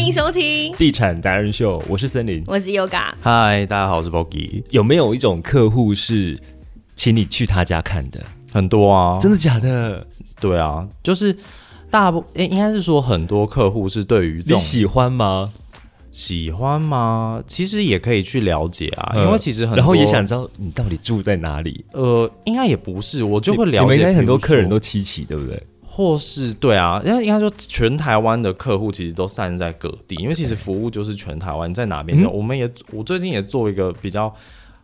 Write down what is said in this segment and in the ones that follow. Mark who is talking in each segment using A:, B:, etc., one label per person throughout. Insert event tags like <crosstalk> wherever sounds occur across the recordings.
A: 迎收听，
B: 地产达人秀，我是森林。
A: 我是 Yoga。
C: 嗨，大家好，我是 Bogi。
B: 有没有一种客户是请你去他家看的？
C: 很多啊，
B: 真的假的？
C: 对啊，就是大部诶、应该是说很多客户是对于这
B: 你
C: 种
B: 喜欢吗？
C: 喜欢吗？其实也可以去了解啊，
B: 嗯
C: 因为其实很多
B: 然后也想知道你到底住在哪里。
C: 呃，应该也不是，我就会
B: 你
C: 了
B: 你们
C: 解。
B: 应该很多
C: 比如说
B: 客人都七期，对不对？
C: 或是对啊，因为应该说全台湾的客户其实都散在各地，因为其实服务就是全台湾，你在哪边
B: 嗯
C: 的、我们也我最近也做一个比较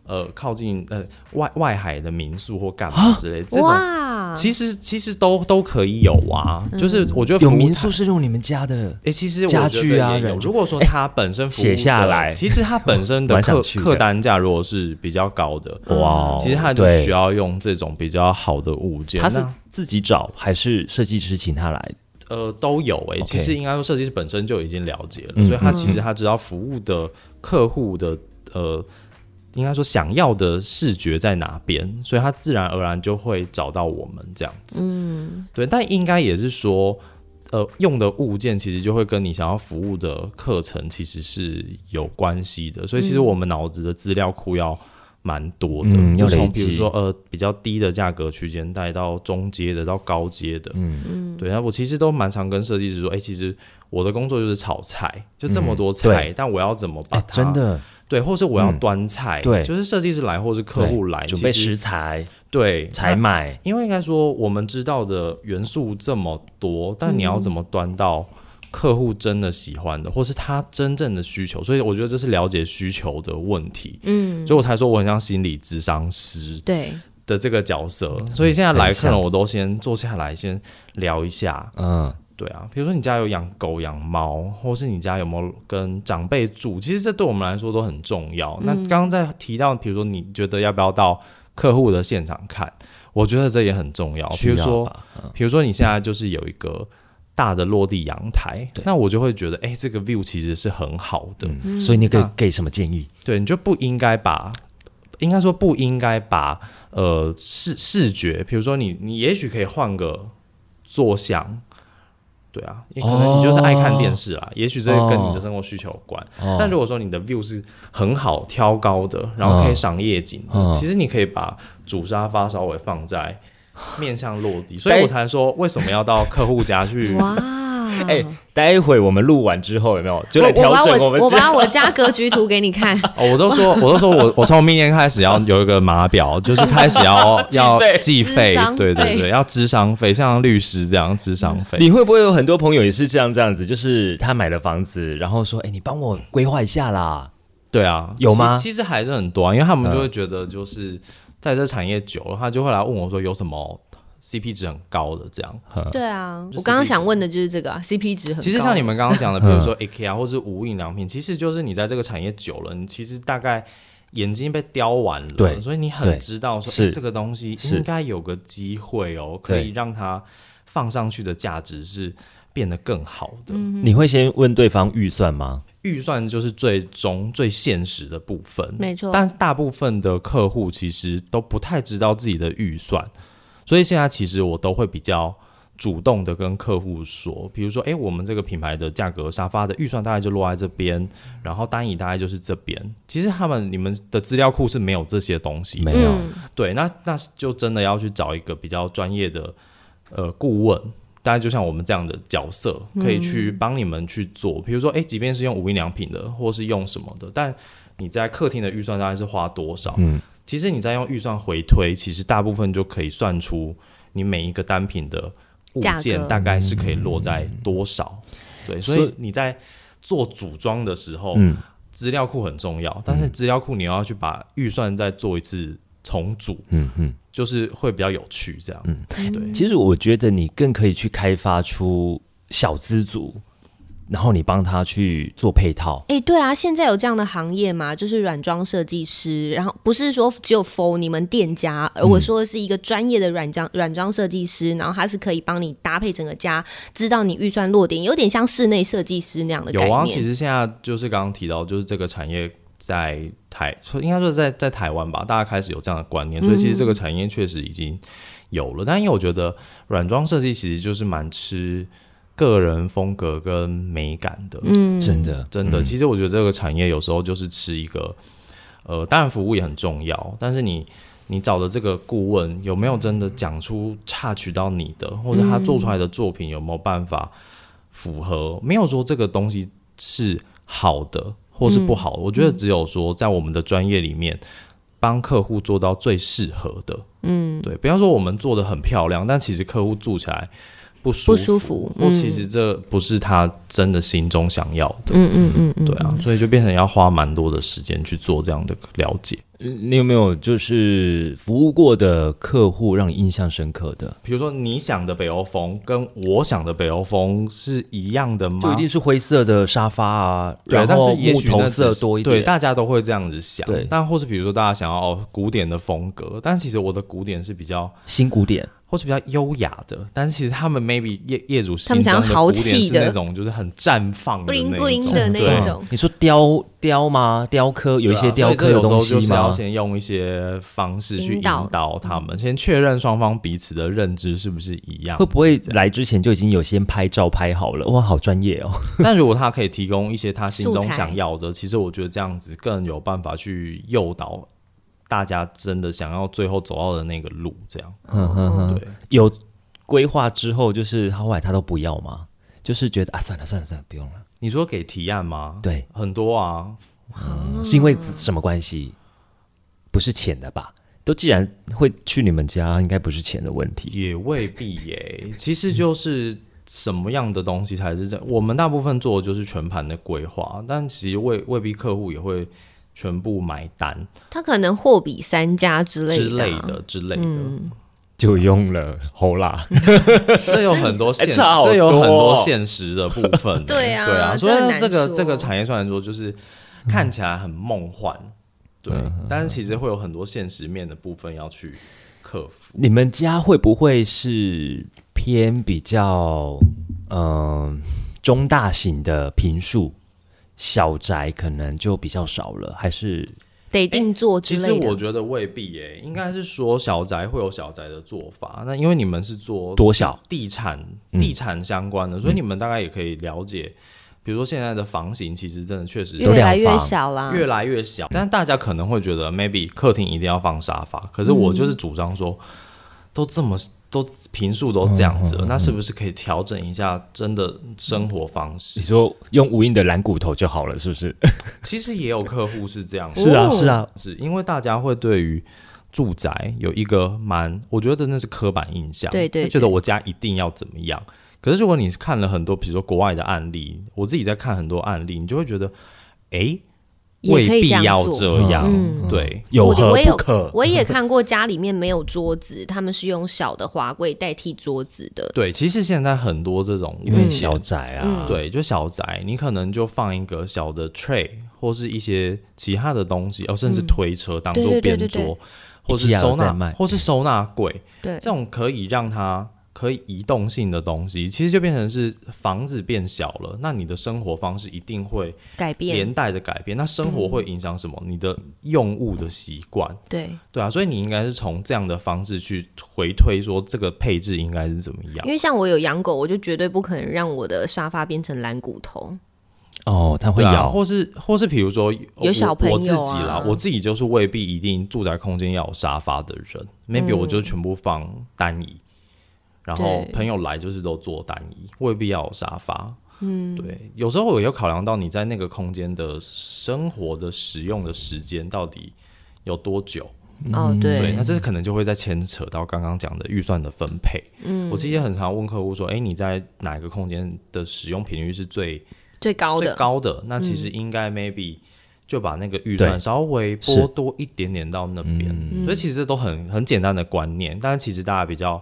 C: 呃靠近呃外外海的民宿或干
B: 啊
C: 嘛之类这种。
A: 哇，
C: 其实其实都都可以有啊，就是我觉得服务台
B: 是用你们家的，
C: 诶，其实我
B: 家
C: 觉得
B: 具啊
C: 也有
B: 人
C: 如果说它本身服务
B: 写下
C: 的
B: 来
C: 其实它本
B: <laughs>
C: 身的
B: 蛮想
C: 客
B: 去的
C: 客单价如果是比较高的，
B: 哇哦
C: 嗯其实它就
B: 对
C: 需要啊用这种比较好的物件。
B: 他是
C: 那
B: 自己找还是设计师请他来？
C: 呃都有诶，
B: OK
C: 其实应该说设计师本身就已经了解了，
B: 嗯
C: 所以他其实他知道服务的客户的呃。应该说想要的视觉在哪边，所以他自然而然就会找到我们这样子。
A: 嗯，
C: 对，但应该也是说，呃，用的物件其实就会跟你想要服务的课程其实是有关系的，
B: 嗯
C: 所以其实我们脑子的资料库要蛮多的，
B: 嗯
C: 就
B: 要累
C: 从比如
B: 积
C: 说呃比较低的价格区间带到中阶的到高阶的，
B: 嗯，
C: 对，那我其实都蛮常跟设计师说，哎、其实我的工作就是炒菜，就这么多菜，但我要怎么把
B: 哎，
C: 它、
B: 嗯真的
C: 对，或是我要
B: 嗯
C: 端菜，
B: 对
C: 就是设计师来或是客户来，
B: 准备
C: 哎其实
B: 食材、
C: 对
B: 采
C: 那
B: 买，
C: 因为应该说我们知道的元素这么多，但你要怎么
B: 嗯
C: 端到客户真的喜欢的，或是他真正的需求？所以我觉得这是了解需求的问题。
A: 嗯，
C: 所以我才说我很像心理智商师
A: 对，
C: 的这个角色，所以现在来客人
B: 很像
C: 我都先坐下来先聊一下，
B: 嗯，
C: 对啊，比如说你家有养狗、养猫，或是你家有没有跟长辈住，其实这对我们来说都很重要。
B: 嗯
C: 那刚刚在提到，比如说你觉得要不要到客户的现场看，我觉得这也很重要。哦比如
B: 需要
C: 说，
B: 吧，
C: 比如说你现在就是有一个大的落地阳台，那我就会觉得，哎、这个 view 其实是很好的。
B: 嗯所以你给
C: 那
B: 给什么建议？
C: 对，你就不应该把，应该说不应该把呃视视觉，比如说你你也许可以换个坐向，对啊，也可能你就是爱看电视啊，也许这个跟你的生活需求有关。
B: 哦
C: 但如果说你的 view 是很好、挑高的，然后可以
B: 嗯
C: 赏夜景的，
B: 嗯
C: 其实你可以把主沙发稍微放在。面向落地，所以我才说为什么要到客户
B: <laughs>
C: 家去 <laughs>
A: 哇，
B: 哎，待会我们录完之后有没有就
A: 我
B: 来
A: 我
B: 调
A: 把
B: 整
A: 嗯我
B: 们
A: 我
B: 这
A: 把我家格局图给你
C: <laughs>
A: 看，
C: 哦，我都说，我都说我我从明年开始要有一个码表，就是开始
B: <laughs>
C: 要要计
A: 咨
C: 费
A: 商，
C: 对
A: 费
C: 对对，要智商费，像律师这样智商
B: <laughs>
C: 费。
B: 你会不会有很多朋友也是这样这样子？就是他买了房子，然后说：“哎、你帮我规划一下啦。
C: 对啊，
B: 有吗
C: 其其实还是很多、啊，因为他们
B: 嗯
C: 就会觉得就是在这产业久了，他就会来问我说有什么 CP 值很高的这样。
A: 对啊，
C: 就
A: 我刚刚
C: CP
A: 想问的就是这个啊，CP 值很高。
C: 其实像你们刚刚讲的，比
B: 嗯
C: 如说 IKEA 或是无印良品，其实就是你在这个产业久了，你其实大概眼睛被雕完了，
B: 对
C: 所以你很
B: 对
C: 知道说，
B: 是
C: 哎，这个东西
B: 是
C: 应该有个机会哦，可
B: 对
C: 以让它放上去的价值是变得更好的。
A: 嗯
B: 你会先问对方预算吗？
C: 预算就是最终最现实的部分，
A: 没错
C: 但大部分的客户其实都不太知道自己的预算，所以现在其实我都会比较主动的跟客户说，比如说，诶，我们这个品牌的价格沙发的预算大概就落在这边，然后单椅大概就是这边。其实他们你们的资料库是没有这些东西的，
B: 没有，
A: 嗯，
C: 对，那那就真的要去找一个比较专业的呃顾问，大概就像我们这样的角色，可以去
A: 嗯
C: 帮你们去做。比如说，哎、即便是用无印良品的，或是用什么的，但你在客厅的预算大概是花多少？
B: 嗯，
C: 其实你再用预算回推，其实大部分就可以算出你每一个单品的物
A: 价
C: 件
A: 格
C: 大概是可以落在多少。对，所
B: 所
C: 以
B: 以
C: 你在做组装的时候，
B: 嗯，
C: 资料库很重要，但是资料库你要去把预算再做一次重组，
B: 嗯嗯，
C: 就是会比较有趣这样。对，
B: 其实我觉得你更可以去开发出小资族，然后你帮他去做配套。
A: 哎、对啊，现在有这样的行业嘛，就是软装设计师，然后不是说只有 for 你们店家，
C: 嗯
A: 而我说的是一个专业的软装软装设计师，然后他是可以帮你搭配整个家，知道你预算落点，有点像室内设计师那样的概
C: 有
A: 念。
C: 啊，其实现在就是刚刚提到，就是这个产业在台，说应该说在在台湾吧，大家开始有这样的观念，所以其实这个产业确实已经有了。但因为我觉得软装设计其实就是蛮吃个人风格跟美感的。
A: 嗯，
B: 真的
C: 真的，
B: 嗯
C: 其实我觉得这个产业有时候就是吃一个，呃，当然服务也很重要，但是你你找的这个顾问有没有真的讲出插取到你的，
A: 嗯
C: 或者他做出来的作品有没有办法符合？没有说这个东西是好的或是不好
A: 嗯
C: 的，我觉得只有说在我们的专业里面。帮客户做到最适合的，嗯，对，不要说我们做的很漂亮，但其实客户住起来不舒服，
A: 不舒服
C: 或
A: 嗯
C: 其实这不是他真的心中想要的，
A: 嗯嗯嗯嗯，
C: 对啊，所以就变成要花蛮多的时间去做这样的了解。
B: 你有没有就是服务过的客户让你印象深刻的？
C: 比如说，你想的北欧风跟我想的北欧风是一样的吗？
B: 就一定是灰色的沙发啊，
C: 对，
B: 然
C: 但
B: 后
C: 是也
B: 木
C: 许那
B: 头
C: 只
B: 色
C: 是
B: 多一
C: 对，
B: 点，
C: 大家都会这样子想。
B: 对
C: 但或是比如说大家想要哦古典的风格，但其实我的古典是比较
B: 新古典。
C: 或是比较优雅的，但其实他们 maybe 业业主
A: 他
C: 心
A: 们想
C: 中
A: 要
C: 的
A: 豪
C: 古
A: 气
C: 典是
A: 的
C: 那种就是很绽放的那一
A: bling
C: 种
A: bling 的那
C: 对
A: 一种，
B: 你说雕雕吗？雕刻
C: 啊
B: 有一些雕刻
C: 有
B: 的
C: 时
B: 东
C: 候
B: 西
C: 就是要
B: 吗？
C: 先用一些方式去
A: 引
C: 引
A: 导
C: 导他们，先确认双方彼此的认知是不是一样
B: 会。不会来之前就已经有先拍照拍好了？哇，好专业哦！
C: 但如果他可以提供一些他心中
A: 素材
C: 想要的，其实我觉得这样子更有办法去诱导大家真的想要最后走到的那个路。这样，
B: 嗯嗯嗯，
C: 对，
B: 有规划之后，就是他后来他都不要吗？就是觉得啊，算了算了算了，不用了。
C: 你说给提案吗？，
B: 对，
C: 很多啊，
B: 是因为什么关系？不是钱的吧？都既然会去你们家，应该不是钱的问题。
C: 也未必耶、其实就是什么样的东西才是这？我们大部分做的就是全盘的规划，但其实未未必客户也会全部买单
A: 他可能货比三家之类
C: 之
A: 的
C: 类
A: 啊，嗯
C: 的之类的。 <laughs>
B: 就用了吼啦，
C: 这有很多现，
B: 哎差好多哦
C: 这有很多现实的部分。
A: 对啊
C: 对啊，
A: 这
C: 所
A: 很
C: 以
A: 难
C: 这个
A: 说
C: 这个产业虽然说就是看起来很梦幻，对，但是其实会有很多现实面的部分要去克服。
B: 你们家会不会是偏比较嗯、中大型的平数小宅，可能就比较少了，还是
A: 得定做之
C: 其实
A: 类
C: 我
A: 的。
C: 觉得未必耶、应该是说小宅会有小宅的做法。那因为你们是做
B: 多小？
C: 地产、地产相关的，所以你们大概也可以了解，比如说现在的房型其实真的确实
B: 有
A: 越来
B: 两
A: 越
B: 房
A: 小啦，
C: 越来越小，但大家可能会觉得 maybe 客厅一定要放沙发，可是我就是主张说，都这么都平数都这样子
A: 嗯
C: 了，那是不是可以调整一下真的生活方
A: <laughs>
C: 式？
B: 你说用无印的蓝骨头就好了，是不是？
C: 其实也有客户是这样，
B: 是啊，
A: 哦
B: 是啊，
C: 是因为大家会对于住宅有一个蛮，我觉得那是刻板印象，
A: 对对
C: 就觉得
A: 对
C: 我家一定要怎么样。可是如果你是看了很多，比如说国外的案例，我自己在看很多案例，你就会觉得，诶，
A: 也可
C: 未
A: 以
C: 必
A: 这样
C: 要
A: 做
C: 这样，
A: 嗯
C: 对。
B: 有
A: 我
B: 何
A: 我也
B: 不
A: 有
B: 可？
A: <laughs> 我也看过家里面没有桌子，他们是用小的华柜代替桌子的。
C: 对，其实现在很多这种
A: 嗯
B: 因为
C: 物件
B: 小宅啊，
C: 对，就小宅，你可能就放一个小的 tray 或是一些其他的东西，哦，甚至推车当
A: 嗯对
C: 做
A: 对对
C: 边
A: 对对
C: 桌，或是
B: IKEA
C: 收
B: 有在卖嗯
C: 纳，或是收纳柜，
A: 对
C: 这种可以让它可以移动性的东西，其实就变成是房子变小了，那你的生活方式一定会
A: 改变嗯
C: 连带着改变，那生活会影响什么？你的用物的习惯，
A: 对，
C: 对啊，所以你应该是从这样的方式去回推，说这个配置应该是怎么样
A: 因。为像我有养狗，我就绝对不可能让我的沙发变成蓝骨头。
B: 哦，它会
C: 对啊，
B: 咬，
C: 或是或是比如说我
A: 小朋友
C: 我自己啦
A: 啊，
C: 我自己就是未必一定住宅空间要有沙发的人，maybe 我就全部放单椅，然后
A: 嗯对
C: 朋友来就是都坐单椅，未必要有沙发。嗯，对，有时候我也有考量到你在那个空间的生活的使用的时间到底有多久。
A: 哦，
C: 嗯对，
A: 对
C: 那，这可能就会再牵扯到刚刚讲的预算的分配。嗯，我其实很常问客户说，哎，你在哪个空间的使用频率是最
A: 最高
C: 最
A: 的嗯
C: 高的，那其实应该 maybe 就把那个预算
B: 对
C: 稍微拨多一点点到那边，
A: 嗯
B: 嗯
C: 所以其实都很很简单的观念，但是其实大家比较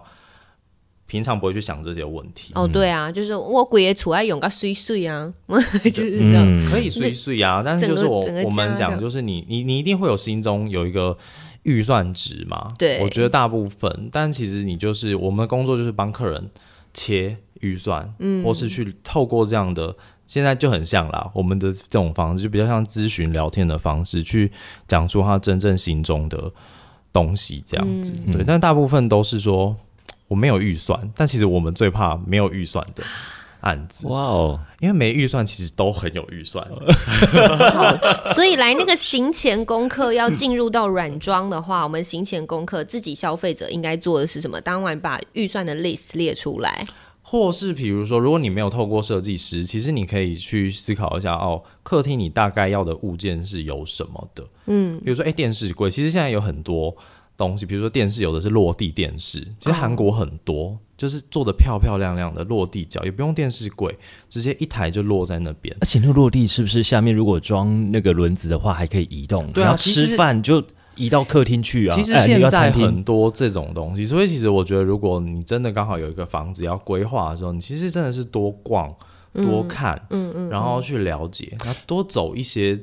C: 平常不会去想这些问题。
A: 哦，对啊，就是我鬼也处在用个碎碎啊，就是这样。
C: 可以碎碎啊，但是就是我
A: 整个
C: 我
A: 家
C: 们
A: 这
C: 讲，
A: 样
C: 就是你你你一定会有心中有一个预算值嘛？
A: 对
C: 我觉得大部分，但其实你就是我们的工作就是帮客人切预算，嗯，或是去透过这样的，现在就很像啦，我们的这种方式就比较像咨询聊天的方式，去讲出他真正心中的东西这样子。
A: 嗯
C: 对，但大部分都是说我没有预算，但其实我们最怕没有预算的。案子，
B: 哇哦，
C: 因为没预算其实都很有预 <laughs> 算。
A: 好，所以来那个行前功课要进入到软装的话，我们行前功课自己消费者应该做的是什么？当晚把预算的 list 列出来。
C: 或是比如说，如果你没有透过设计师，其实你可以去思考一下哦，客厅你大概要的物件是有什么的。嗯，比如说，哎、电视柜，其实现在有很多东西，比如说电视，有的是落地电视，其实韩国很多、就是做的漂漂亮亮的落地角，也不用电视柜，直接一台就落在那边。
B: 而且那个落地是不是下面如果装那个轮子的话，还可以移动？
C: 对啊
B: 然后
C: 其实
B: 吃饭就移到客厅去啊。
C: 其实
B: 哎
C: 现
B: 那个
C: 在
B: 餐厅
C: 很多这种东西，所以其实我觉得，如果你真的刚好有一个房子要规划的时候，你其实真的是多逛、多看，嗯嗯，然后去了解，然后多走一些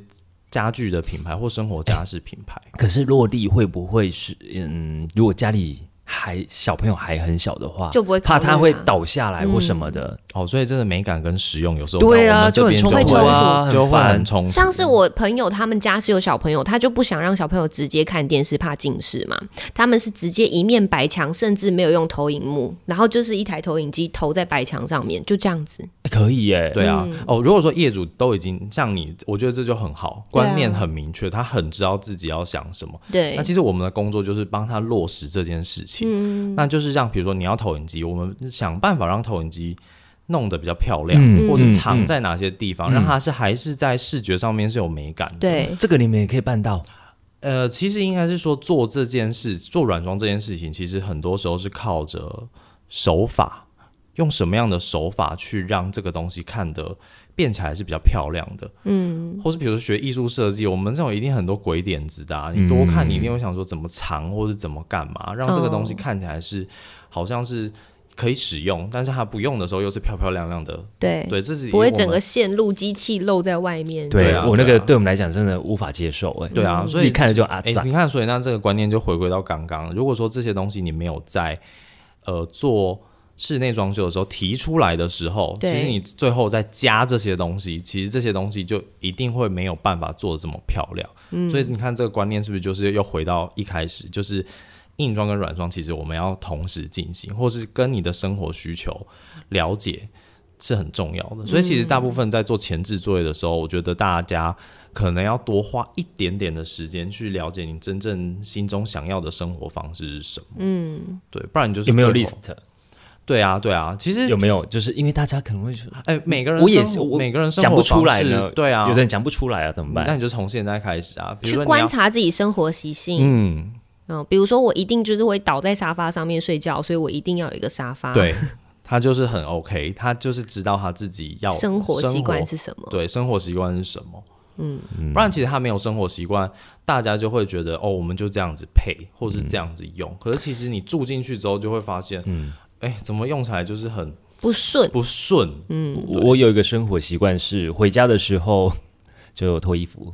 C: 家具的品牌或生活家饰品牌。
B: 可是落地会不会是嗯，如果家里还小朋友还很小的话，
A: 就不会考
B: 怕
A: 虑啊
B: 他会倒下来或什么的。
C: 哦，所以真的美感跟实用有时候
B: 对啊
C: 在我们这边
A: 很
B: 就
C: 就
A: 冲突
B: 啊
C: 会就会
B: 很烦
C: 很冲突。
A: 像是我朋友他们家是有小朋友，他就不想让小朋友直接看电视，怕近视嘛。他们是直接一面白墙，甚至没有用投影幕，然后就是一台投影机投在白墙上面，就这样子。
B: 哎可以耶、
C: 对啊，
A: 嗯
C: 哦，如果说业主都已经像你，我觉得这就很好，
A: 对啊
C: 观念很明确，他很知道自己要想什么，
A: 对
C: 那，其实我们的工作就是帮他落实这件事情，
A: 嗯
C: 那就是让比如说你要投影机，我们想办法让投影机弄得比较漂亮，
B: 嗯
C: 或是
B: 嗯
C: 藏
B: 嗯
C: 在哪些地方，让它是还是在视觉上面是有美感的。，
A: 对，
B: 这个你们也可以办到。
C: 呃，其实应该是说做这件事，做软装这件事情，其实很多时候是靠着手法，用什么样的手法去让这个东西看得变起来是比较漂亮的。嗯，或是比如说学艺术设计，我们这种一定很多鬼点子的、啊，你多看，你一定会想说怎么藏或是怎么干嘛，让这个东西
A: 哦
C: 看起来是、好像是。可以使用，但是它不用的时候又是漂漂亮亮的，
A: 对，
C: 对，这是
A: 不会
C: 我们
A: 整个线路机器露在外面。
C: 对啊
B: 我那
C: 对
B: 个
C: 啊
B: 对我们来讲真的无法接受哎、
C: 对
A: 嗯
C: 啊，所
B: 自己
C: 以
B: 看了就啊
C: 哎、
B: 赞。
C: 你看，所以那这个观念就回归到刚刚，如果说这些东西你没有在呃做室内装修的时候提出来的时候，其
A: 对
C: 实你最后再加这些东西，其实这些东西就一定会没有办法做的这么漂亮。所以你看这个观念是不是就是又回到一开始，就是硬装跟软装，其实我们要同时进行，或是跟你的生活需求了解。是很重要的，所以其实大部分在做前置作业的时候，我觉得大家可能要多花一点点的时间去了解你真正心中想要的生活方式是什么。嗯，对，不然你就是
B: 有没有
C: 最后
B: list？
C: 对啊，对啊，其实
B: 有没有？就是因为大家可能会说，
C: 哎、每个人
B: 我也
C: 生
B: 是
C: 活
B: 我
C: 每个人生活
B: 讲不出来
C: 方式
B: 呢。
C: 对啊，嗯
B: 有的人讲不出来啊，怎么
C: 那
B: 办？
C: 你就从现在开始啊，比如
A: 去
C: 说你
A: 观
C: 要
A: 察自己生活习性，
C: 嗯，
A: 嗯，比如说我一定就是会倒在沙发上面睡觉，所以我一定要有一个沙发。，
C: 对他就是很 OK，他就是知道他自己要
A: 生活习惯
C: 生
A: 是什么？
C: 对生活习惯是什么。嗯，不然其实他没有生活习惯，大家就会觉得哦，我们就这样子配，或是这样子用。
A: 嗯
C: 可是其实你住进去之后，就会发现，嗯，哎，怎么用起来就是很
A: 不顺，
C: 不顺。
A: 嗯
B: 我我有一个生活习惯是回家的时候 <laughs> 就脱衣服，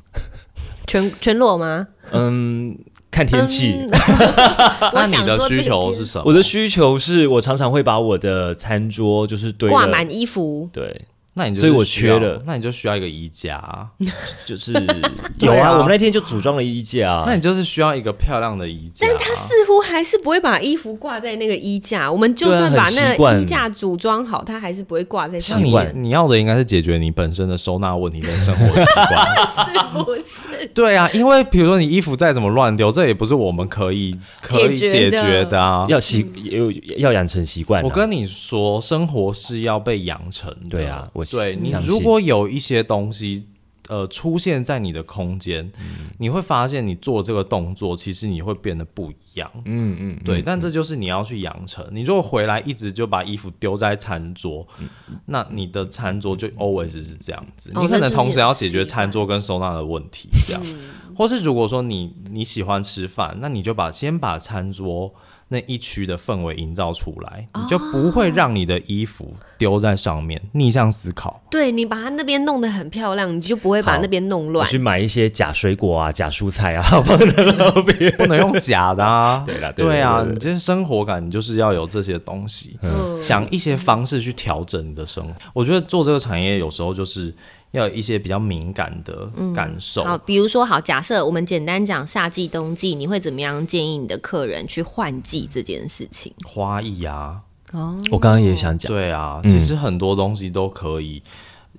A: 全全裸吗？
B: 嗯，看天气。
C: <laughs>
A: 嗯我
C: 那你
A: 想
C: 的
A: 说这
C: 需
A: 个
C: 求
A: 天
C: 是什么？
B: 我的需求是我常常会把我的餐桌就是堆了
A: 挂满衣服，
B: 对，
C: 那你就
B: 所以我
C: 是需要
B: 缺了嗯
C: 那你就需要一个衣架啊、
B: 就是有
C: <laughs> 对啊
B: 啊，我们那天就组装了衣架啊
C: 那。你就是需要一个漂亮的衣架啊、
A: 但他似乎还是不会把衣服挂在那个衣架。我们就
B: 对啊
A: 算把
B: 很习
A: 那个
B: 惯
A: 衣架组装好，他还是不会挂在上
C: 像
B: 习
A: 面，
C: 你
B: 惯
C: 你要的应该是解决你本身的收纳问题跟生活习
A: <laughs>
C: 惯。
A: 是不是？
C: 对啊，因为比如说你衣服再怎么乱丢，这也不是我们可以可以
A: 解
C: 解
A: 决的
C: 决的啊。
B: 要习有要养成习惯啊、
C: 我跟你说，生活是要被养成的。
B: 对啊我
C: 对
B: 相
C: 你
B: 信
C: 如果有一些东西，呃，出现在你的空间，你会发现你做这个动作，其实你会变得不一样。
B: 嗯嗯，
C: 对，但这就是你要去养成。你如果回来一直就把衣服丢在餐桌，
B: 嗯
C: 那你的餐桌就 always 是这样子。
A: 哦
C: 你可能同时要解
A: 那就是有
C: 决
A: 习惯嗯
C: 餐桌跟收纳的问题，这样。或是如果说你你喜欢吃饭，那你就把先把餐桌那一区的氛围营造出来，你就不
A: 哦
C: 会让你的衣服丢在上面。逆向思考，
A: 对你把它那边弄得很漂亮，你就不会把
B: 好
A: 那边弄
B: 我
A: 乱。
B: 去买一些假水果啊、假蔬菜啊， <laughs> 放在那边。
C: 不能用假的
B: <laughs>
C: 啊。
B: 对啦对
C: 对啊，
B: 对对对
C: 你这生活感，你就是要有这些东西。
A: 嗯，
C: 想一些方式去调整你的生活。我觉得做这个产业有时候就是要有一些比较敏感的感受。
A: 好，比如说，好，假设我们简单讲夏季、冬季，你会怎么样建议你的客人去换季这件事情？
C: 花艺啊，
A: 哦，
B: 我刚刚也想讲，
C: 对啊，
B: 嗯
C: 其实很多东西都可以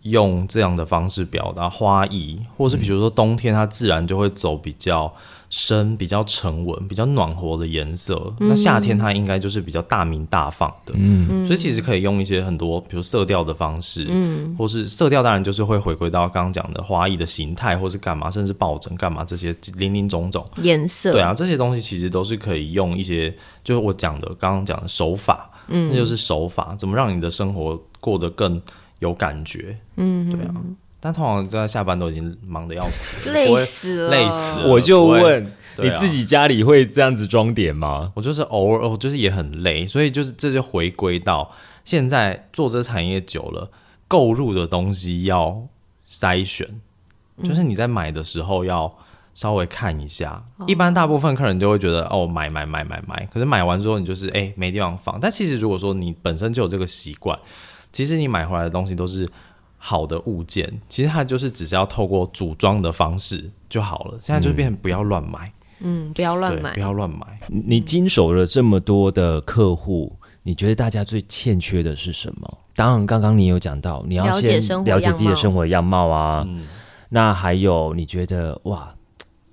C: 用这样的方式表达花艺，或是比如说冬天它自然就会走比较深、比较沉稳、比较暖和的颜色，那夏天它应该就是比较大明大放的。嗯，所以其实可以用一些很多，比如色调的方式，嗯，或是色调当然就是会回归到刚刚讲的花艺的形态，或是干嘛，甚至抱枕干嘛这些零零总总。
A: 颜色，
C: 对啊，这些东西其实都是可以用一些，就是我讲的刚刚讲的手法，嗯，那就是手法，怎么让你的生活过得更有感觉，嗯，对啊。但通常在下班都已经忙得要死，
A: 累
C: 不会
A: 死了，
C: 累死了
B: 我就
C: 不会
B: 问、
C: 啊对
B: 你
C: 啊
B: 自己家里会这样子装点吗？
C: 我就是偶尔，我哦就是也很累，所以就是这就回归到现在做这产业久了，购入的东西要筛选，
A: 嗯
C: 就是你在买的时候要稍微看一下。
A: 哦
C: 一般大部分客人就会觉得哦，买买买买买，可是买完之后你就是哎、没地方放。但其实如果说你本身就有这个习惯，其实你买回来的东西都是好的物件，其实它就是只是要透过组装的方式就好了。现在就变成不要乱买，
A: 嗯，不要嗯乱
C: 对，
A: 买
C: 不。要乱买。
B: 你你经手了这么多的客户，你觉得大家最欠缺的是什么？当然，刚刚你有讲到，你要
A: 了解
B: 先
A: 生活
B: 了解
A: 样
B: 自己的
A: 貌
B: 生活样貌啊。
C: 嗯
B: 那还有，你觉得哇，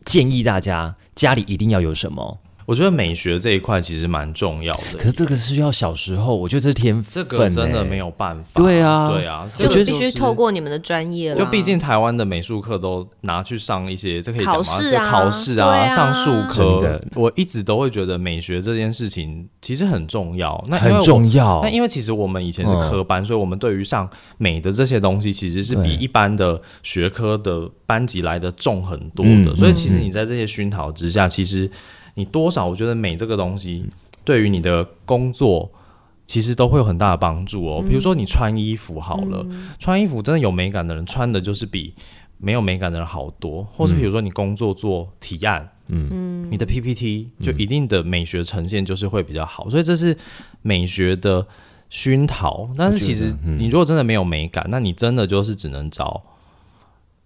B: 建议大家家里一定要有什么？
C: 我觉得美学这一块其实蛮重要
B: 可是
C: 的，
B: 这个是要小时候，我觉得这是天分、欸，
C: 这个真的没有办法。
B: 对啊
C: 对啊，
A: 这个
C: 这个
B: 觉得
A: 必须
C: 就是
A: 透。过你们的专业啦
C: 就毕竟台湾的美术课都拿去上一些，这可以讲吗？
A: 考试
C: 就
A: 啊
C: 考试
A: 对啊
C: 上数
B: 真
C: 科
B: 的，
C: 我一直都会觉得美学这件事情其实很重要。那因为
B: 很
C: 我
B: 重要
C: 那。因为其实我们以前是
B: 嗯
C: 科班，所以我们对于上美的这些东西，其实是比
B: 对
C: 一般的学科的班级来的重很多
B: 嗯
C: 的。
B: 嗯
C: 所以其实你在这些熏陶之下，其实你多少，我觉得美这个东西对于你的工作。其实都会有很大的帮助哦，
B: 嗯
C: 比如说你穿衣服好了，穿衣服真的有美感的人穿的就是比没有美感的人好多，或是比如说你工作做提案，嗯，你的 PPT 就一定的美学呈现就是会比较好，所以这是美学的熏陶。但是其实你如果真的没有美感，那你真的就是只能找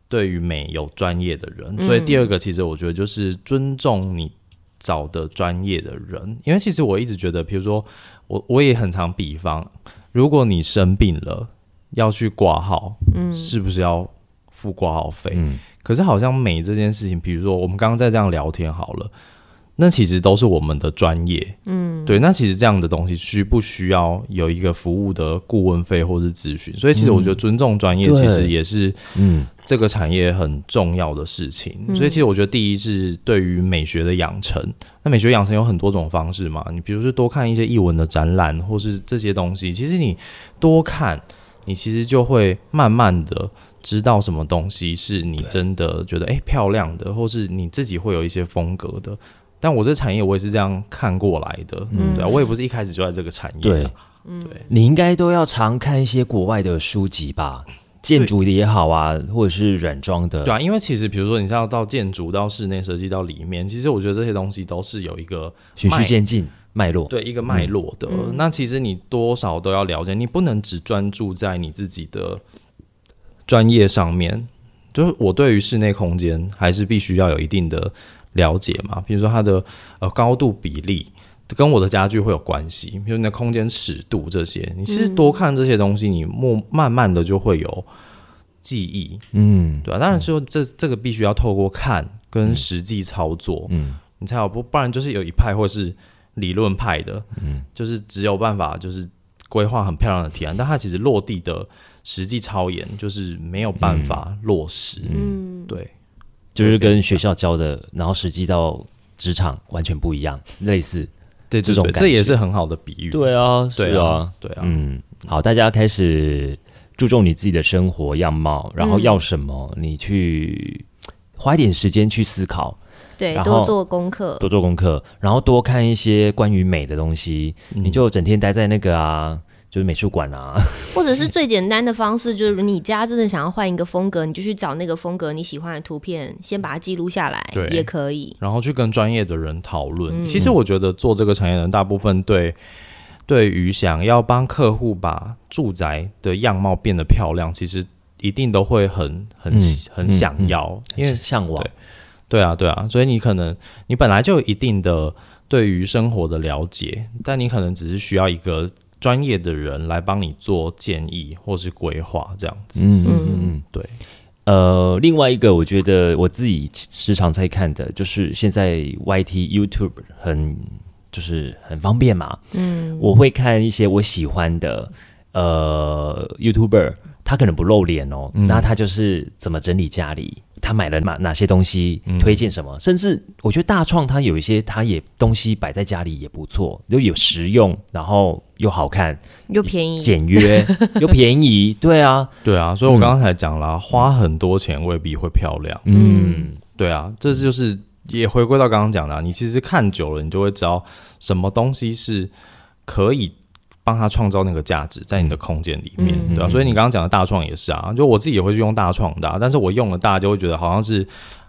C: 对于美有专业的人。所以第二个，其实我觉得就是尊重你找的专业的人，因为其实我一直觉得，比如说我我也很常比方，如果你生病了要去挂号，嗯，是不是要付挂号费？
B: 嗯，
C: 可是好像美这件事情，比如说我们刚刚在这样聊天好了，那其实都是我们的专业，嗯，对。那其实这样的东西需不需要有一个服务的顾问费或是咨询？所以其实我觉得尊重专业
B: 嗯
C: 其实
B: 对
C: 也是
B: 嗯，
C: 这个产业很重要的事情。所以其实我觉得第一是对于美学的养成，那美学养成有很多种方式嘛，你比如说多看一些艺文的展览或是这些东西，其实你多看，你其实就会慢慢的。知道什么东西是你真的觉得诶漂亮的，或是你自己会有一些风格的。但我这产业我也是这样看过来的，对啊，我也不是一开始就在这个产业、啊，
B: 对，你应该都要常看一些国外的书籍吧，建筑的也好啊，或者是软装的，
C: 对啊，因为其实比如说你像到建筑、到室内设计、到里面，其实我觉得这些东西都是有一个
B: 循序
C: 脉
B: 渐进脉络。
C: 对一个脉络的。那其实你多少都要了解，你不能只专注在你自己的专业上面。就是我对于室内空间还是必须要有一定的了解嘛，比如说它的呃高度比例。跟我的家具会有关系，比如你的空间尺度这些，你其实多看这些东西，你默慢慢的就会有记忆，
B: 嗯，
C: 对啊，当然说这这个必须要透过看跟实际操作，嗯，你才有不不然就是有一派会是理论派的，嗯，就是只有办法就是规划很漂亮的提案，但它其实落地的实际操演就是没有办法落实，嗯，对，
B: 就是跟学校教的，然后实际到职场完全不一样，类似。
C: 对
B: 这种
C: 对
B: 感觉
C: 这也是很好的比喻，
B: 对啊，是
C: 对
B: 啊，，
C: 对啊，
B: 嗯，好，大家开始注重你自己的生活样貌，然后要什么，你去花一点时间去思考，
A: 对，
B: 然后
A: 多做功课，
B: 多做功课，然后多看一些关于美的东西，
C: 嗯
B: 你就整天待在那个啊，就是美术馆啊，
A: 或者是最简单的方式，就是你家真的想要换一个风格，你就去找那个风格你喜欢的图片，先把它记录下来
C: 对，
A: 也可以。
C: 然后去跟专业的人讨论。其实我觉得做这个产业的人，大部分对对于想要帮客户把住宅的样貌变得漂亮，其实一定都会很很、
B: 嗯
C: 很想要，因为
B: 向往
C: 对。对啊对啊，所以你可能你本来就有一定的对于生活的了解，但你可能只是需要一个专业的人来帮你做建议或是规划这样子。
B: 嗯嗯
A: 嗯
B: 嗯，
C: 对，
B: 呃，另外一个我觉得我自己时常在看的，就是现在 YT YouTube 很就是很方便嘛，嗯，我会看一些我喜欢的呃 YouTuber，他可能不露脸哦，那他就是怎么整理家里。他买了哪哪些东西，推荐什么？甚至我觉得大创它有一些，它也东西摆在家里也不错，又有实用，然后又好看，
A: 又便宜，
B: 简约又便宜。对啊，
C: 对啊，所以我刚才讲啦，花很多钱未必会漂亮。
B: 嗯，
C: 对啊，这就是也回归到刚刚讲的啊、你其实看久了，你就会知道什么东西是可以帮他创造那个价值在你的空间里面，
B: 嗯
C: 对啊，所以你刚刚讲的大创也是啊，就我自己也会去用大创的、啊，但是我用了大就会觉得好像是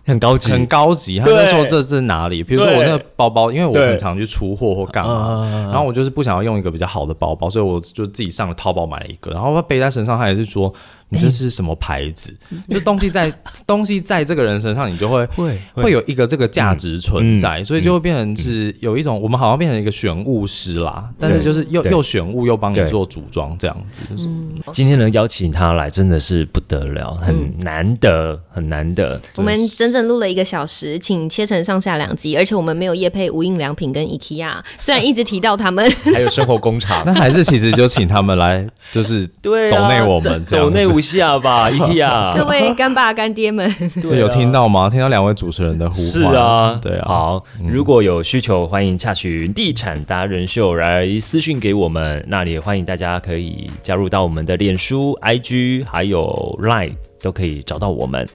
B: 很高级，
C: 很高级，他就说这是哪里？比如说我那个包包，因为我很常去出货或
B: 啊
C: 干嘛，然后我就是不想要用一个比较好的包包，所以我就自己上了淘宝买了一个，然后他背在身上，他也是说你这是什么牌子？
B: 嗯
C: 就东西在东西在这个人身上，你就会
B: <laughs> 会嗯
C: 会有一个这个价值存在，所以就会变成是有一种、我们好像变成一个玄物师啦，但是就是又
B: 对
C: 又玄物又帮你
B: 对
C: 做组装这样子，
A: 嗯
B: 今天能邀请他来，真的是不得了，很难得，很难得。
A: 我们整整录了一个小时，请切成上下两集，而且我们没有夜配无印良品跟 IKEA，虽然一直提到他们，
B: 还有生活工厂，
C: 那还是其实就请他们来就是
B: <laughs> 对啊
C: 抖内我们这样
B: 抖
C: 子
B: 内无下 <laughs> 吧，一
A: 各
B: 呀，
A: 位干爸干爹们，
C: 对，有听到吗？听到两位主持人的呼
B: 啊
C: 唤，
B: 是啊，
C: 对啊，
B: 好，如果有需求，欢迎洽询地产达人秀来私讯给我们，那里也欢迎大家可以加入到我们的脸书、IG 还有 Line 都可以找到我们。